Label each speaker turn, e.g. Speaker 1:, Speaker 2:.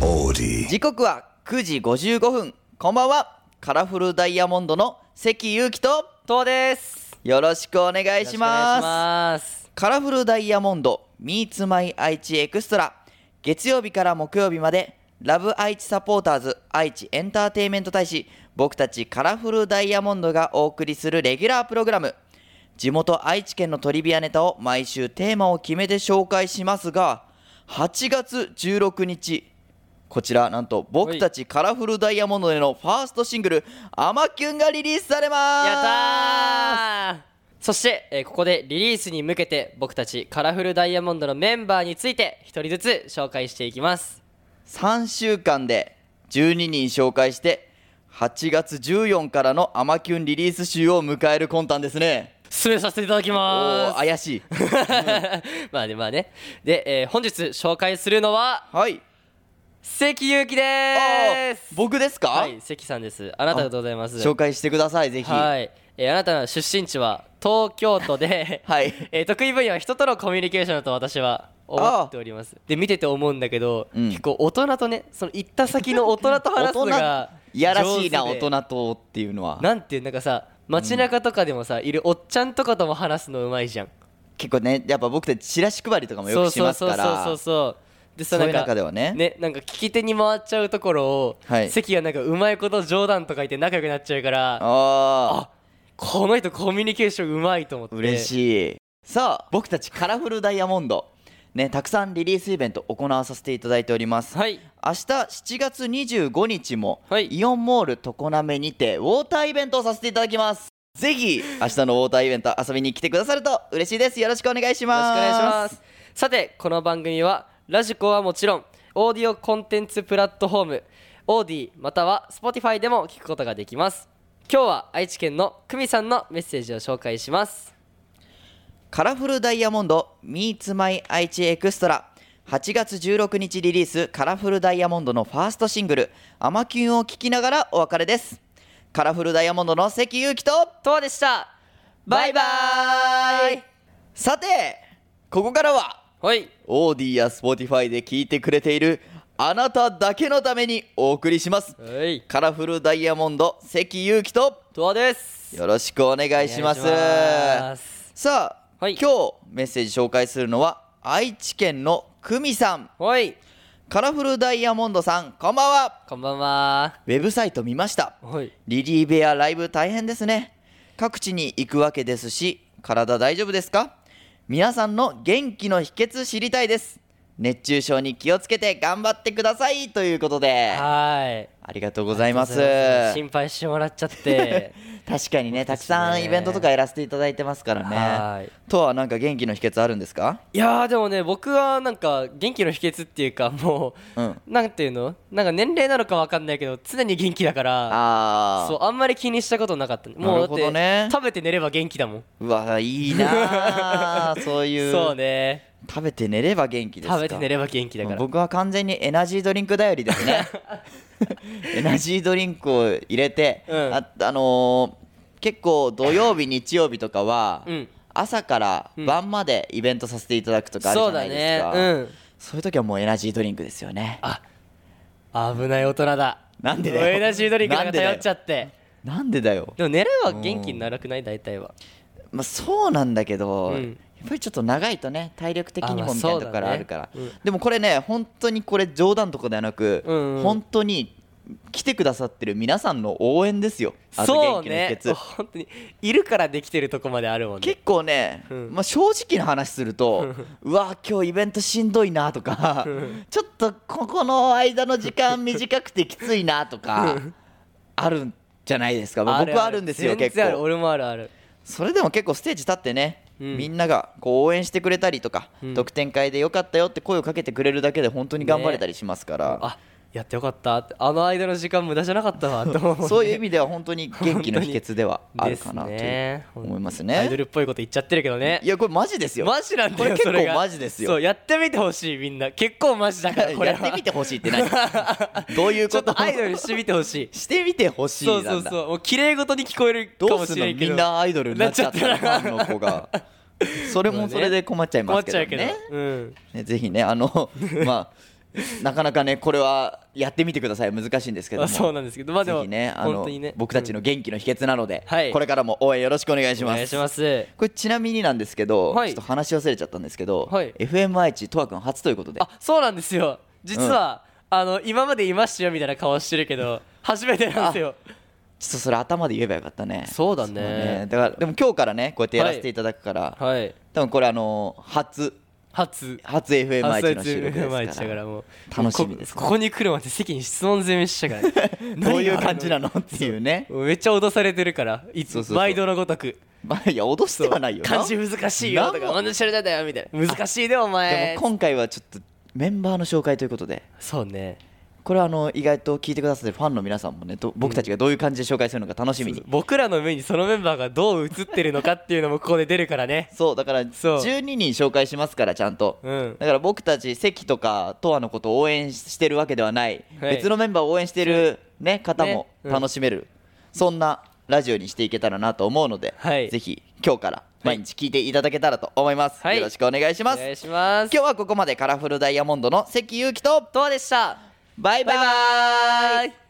Speaker 1: body.
Speaker 2: 時刻は9時55分こんばんはカラフルダイヤモンドの関ゆうきと
Speaker 3: とです。
Speaker 2: よろしくお願いします
Speaker 3: 願いします。
Speaker 2: カラフルダイヤモンド Meets My 愛知エクストラ月曜日から木曜日までラブ愛知サポーターズ愛知エンターテイメント大使僕たちカラフルダイヤモンドがお送りするレギュラープログラム地元愛知県のトリビアネタを毎週テーマを決めて紹介しますが8月16日こちらなんと僕たちカラフルダイヤモンドでのファーストシングル「アマキュン」がリリースされます
Speaker 3: やったーそして、えーここでリリースに向けて僕たちカラフルダイヤモンドのメンバーについて一人ずつ紹介していきます。
Speaker 2: 3週間で12人紹介して8月14からの「アマキュンリリース集」を迎える魂胆ですね
Speaker 3: 進めさせていただき
Speaker 2: おー
Speaker 3: ます。
Speaker 2: 怪しい
Speaker 3: まあねまあね。で、えー本日紹介するのは
Speaker 2: はい
Speaker 3: 関ゆうきで
Speaker 2: あ
Speaker 3: ー
Speaker 2: ー
Speaker 3: す。
Speaker 2: 僕ですか、
Speaker 3: はい、関さんです。あなたでございます。
Speaker 2: 紹介してくださいぜひ、
Speaker 3: はい、えーあなたの出身地は東京都で
Speaker 2: はい
Speaker 3: えー得意分野は人とのコミュニケーションだと私は思っておりますで見てて思うんだけど、
Speaker 2: うん
Speaker 3: 結構大人とねその行った先の大人と話すのが
Speaker 2: いやらしいな
Speaker 3: 上
Speaker 2: 大
Speaker 3: 手で
Speaker 2: 人とっていうのは
Speaker 3: なんていうなんかさ街中とかでもさ、いるおっちゃんとかとも話すのうまいじゃん
Speaker 2: 結構ねやっぱ僕たちチラシ配りとかもよくしますから
Speaker 3: そうそうそうそうそうでさ
Speaker 2: そう
Speaker 3: ない
Speaker 2: うん
Speaker 3: か
Speaker 2: 中ではね
Speaker 3: なんか聞き手に回っちゃうところを、
Speaker 2: はい
Speaker 3: 関がなんかうまいこと冗談とか言って仲良くなっちゃうから
Speaker 2: あ
Speaker 3: この人コミュニケーションうまいと思って
Speaker 2: ー嬉
Speaker 3: い
Speaker 2: しいさあ僕たちカラフルダイヤモンドねたくさんリリースイベント行わさせていただいております
Speaker 3: はい
Speaker 2: 明日7月25日も、
Speaker 3: はい
Speaker 2: イオンモール常滑にてウォーターイベントをさせていただきますぜひ明日のウォーターイベント遊びに来てくださると嬉しいですよろしくお願いし
Speaker 3: よろしく
Speaker 2: ます
Speaker 3: お願いしますさてこの番組はラジコはもちろんオーディオコンテンツプラットフォームオーディまたは Spotify でも聞くことができます今日は愛知県の久美さんのメッセージを紹介します
Speaker 2: カラフルダイヤモンド Meets My 愛知エクストラ8月16日リリースカラフルダイヤモンドのファーストシングル「アマキュン」を聴きながらお別れですカラフルダイヤモンドの関ゆうきと
Speaker 3: とわでした
Speaker 2: バイバーイさてここからは
Speaker 3: はい
Speaker 2: オーディや Spotify で聞いてくれているあなただけのためにお送りします
Speaker 3: はい
Speaker 2: カラフルダイヤモンド関ゆうきと
Speaker 3: とわです
Speaker 2: よろしくお願いします
Speaker 3: お願いします
Speaker 2: さあ、
Speaker 3: はい
Speaker 2: 今日メッセージ紹介するのは愛知県の久美さん
Speaker 3: はい
Speaker 2: カラフルダイヤモンドさんこんばんは
Speaker 3: こんばんは
Speaker 2: ウェブサイト見ました
Speaker 3: はい
Speaker 2: リリーベアライブ大変ですね各地に行くわけですし体大丈夫ですか皆さんの元気の秘訣知りたいです熱中症に気をつけて頑張ってくださいということであ
Speaker 3: はい
Speaker 2: りがとうございます
Speaker 3: 心配してもらっちゃって
Speaker 2: 確かに ねた
Speaker 3: た
Speaker 2: く
Speaker 3: ちね
Speaker 2: さんイベントとかやらせていただいてますからね
Speaker 3: はい
Speaker 2: とはなんか元気の秘訣あるんですか
Speaker 3: いやーでもね僕はなんか元気の秘訣っていうかもう、
Speaker 2: うん
Speaker 3: なんていうのなんか年齢なのかわかんないけど常に元気だから
Speaker 2: ああ
Speaker 3: そうあんまり気にしたことなかった
Speaker 2: な
Speaker 3: も
Speaker 2: る
Speaker 3: うだ
Speaker 2: ほ
Speaker 3: っ
Speaker 2: ど
Speaker 3: て、
Speaker 2: ね
Speaker 3: 食べて寝れば元気だもん
Speaker 2: うわいいなあ そういう
Speaker 3: そうね
Speaker 2: 食べて寝れば元気ですか
Speaker 3: 食べて寝れば元気だから
Speaker 2: 僕は完全にエナジードリンク頼りです ねエナジードリンクを入れて、
Speaker 3: うん
Speaker 2: ああのー結構土曜日日曜日とかは、
Speaker 3: うん
Speaker 2: 朝から晩までイベントさせていただくとかあるじ
Speaker 3: そ
Speaker 2: ゃ
Speaker 3: う
Speaker 2: な
Speaker 3: だ
Speaker 2: いです
Speaker 3: ね
Speaker 2: か
Speaker 3: うん
Speaker 2: そういう時はもうエナジードリンクですよね
Speaker 3: あ危ない大人だ
Speaker 2: なんでだよ
Speaker 3: エナジードリンクなんか頼っちゃって
Speaker 2: なんでだよ、
Speaker 3: でも寝れば元気にならなくない大体は
Speaker 2: まあ、そうなんだけど、
Speaker 3: うん
Speaker 2: やっぱりちょっと長いとね体力的に
Speaker 3: あ
Speaker 2: も
Speaker 3: まあ
Speaker 2: みたいな
Speaker 3: そ
Speaker 2: と
Speaker 3: うだね
Speaker 2: ころあるから、
Speaker 3: うん
Speaker 2: でもこれね本当にこれ冗談とかではなく、
Speaker 3: うんうん
Speaker 2: 本当に来てくださってる皆さんの応援ですよあと
Speaker 3: そ
Speaker 2: 元
Speaker 3: う
Speaker 2: 気の秘
Speaker 3: ね
Speaker 2: 訣
Speaker 3: 本当にいるからできてるとこまであるもんね
Speaker 2: 結構ね、
Speaker 3: うん
Speaker 2: まあ、正直な話する とうわ今日イベントしんどいなとかちょっとここの間の時間短くてきついなとかあるんじゃないですか、まあ僕はあるんですよ
Speaker 3: 全
Speaker 2: 結
Speaker 3: 然ある
Speaker 2: 構
Speaker 3: 俺もあるある
Speaker 2: それでも結構ステージ立ってね、
Speaker 3: うん
Speaker 2: みんながこう応援してくれたりとか、
Speaker 3: うん
Speaker 2: 特典会でよかったよって声をかけてくれるだけで本当に頑張れたりしますから、
Speaker 3: あやってよかったってあの間の時間無駄じゃなかったわと思って
Speaker 2: そういう意味では本当に元気の秘訣ではあるかなと
Speaker 3: ですね
Speaker 2: 思います
Speaker 3: アイド
Speaker 2: ね。
Speaker 3: ルっぽいこと言っちゃってるけどね
Speaker 2: いやこれマジですよ
Speaker 3: マジなんだよ
Speaker 2: これ結構
Speaker 3: そが
Speaker 2: マジですよ
Speaker 3: そうやってみてほしいみんな結構マジだからこれ
Speaker 2: や
Speaker 3: は
Speaker 2: ってみてほしいって何どういう
Speaker 3: ちょ
Speaker 2: こと
Speaker 3: っとアイドルしてみて ほしい
Speaker 2: してみてほしい
Speaker 3: そ
Speaker 2: な
Speaker 3: うん
Speaker 2: だ
Speaker 3: そうそうもう綺麗事に聞こえるか
Speaker 2: ど
Speaker 3: も
Speaker 2: うす
Speaker 3: し
Speaker 2: ん
Speaker 3: れ
Speaker 2: の
Speaker 3: んけ
Speaker 2: み
Speaker 3: ど
Speaker 2: んなアイドルになっちゃったら
Speaker 3: なっちゃったら
Speaker 2: ファンの子がそれもそれで困っちゃいま
Speaker 3: 困
Speaker 2: す
Speaker 3: っ
Speaker 2: けど
Speaker 3: ちゃ
Speaker 2: ね
Speaker 3: うけどうん
Speaker 2: ねぜひねあのまあなかなかねこれはやってみてください難しいんですけども
Speaker 3: あそうなんですけどまあで
Speaker 2: ぜ
Speaker 3: も
Speaker 2: ひねあ
Speaker 3: 本
Speaker 2: の
Speaker 3: 当にね
Speaker 2: 僕たちの元気の秘訣なので、
Speaker 3: はい
Speaker 2: これからも応援よろしくお願いし
Speaker 3: お
Speaker 2: ます
Speaker 3: 願いします
Speaker 2: これちなみになんですけど、
Speaker 3: はい
Speaker 2: ちょっと話し忘れちゃったんですけど、
Speaker 3: はい
Speaker 2: FM 愛知とわくん初ということで
Speaker 3: あそうなんですよ実は、あの今までいましたよみたいな顔してるけど初めてなんですよ
Speaker 2: ちょっとそれ頭で言えばよかったね
Speaker 3: そうだね
Speaker 2: だからでも今日からねこうやってやらせていただくから、
Speaker 3: はい
Speaker 2: 多分これあのー初
Speaker 3: 初
Speaker 2: 初 FM 愛知の収録
Speaker 3: 初 毎
Speaker 2: で
Speaker 3: 日
Speaker 2: す
Speaker 3: だ
Speaker 2: か
Speaker 3: から
Speaker 2: ら
Speaker 3: もう
Speaker 2: 楽しみです
Speaker 3: こここに来るまで席に質問攻めしたから
Speaker 2: どうい
Speaker 3: 何があ
Speaker 2: う
Speaker 3: る
Speaker 2: 感じなのっていうね
Speaker 3: もうめっちゃ脅されてるからいつ
Speaker 2: そうそうそう
Speaker 3: 毎度のごとく
Speaker 2: まあいや脅してはないよな
Speaker 3: 漢字難しいよと
Speaker 2: なん
Speaker 3: か
Speaker 2: も
Speaker 3: 同じ知られだよみたいな難しいでお前
Speaker 2: でも今回はちょっとメンバーの紹介ということで
Speaker 3: そうね
Speaker 2: これはあの意外と聞いてくださってるファンの皆さんもねど僕たちがどういう感じで紹介するのか楽しみに、
Speaker 3: 僕らの目にそのメンバーがどう映ってるのかっていうのもここで出るからね
Speaker 2: そうだから
Speaker 3: そう
Speaker 2: 12人紹介しますからちゃんと、
Speaker 3: うん
Speaker 2: だから僕たち関とかとわのことを応援してるわけではない、
Speaker 3: はい
Speaker 2: 別のメンバーを応援してる、ね、方も
Speaker 3: うん
Speaker 2: 楽しめる、そんなラジオにしていけたらなと思うので、
Speaker 3: はい
Speaker 2: ぜひ今日から毎日聞いていただけたらと思います、
Speaker 3: はい
Speaker 2: よろしくお願いし
Speaker 3: お
Speaker 2: ます
Speaker 3: 願いします
Speaker 2: 今日はここまでカラフルダイヤモンドの関ゆうきと
Speaker 3: とわでした
Speaker 2: バイバ
Speaker 3: バイバ
Speaker 2: イ
Speaker 3: イ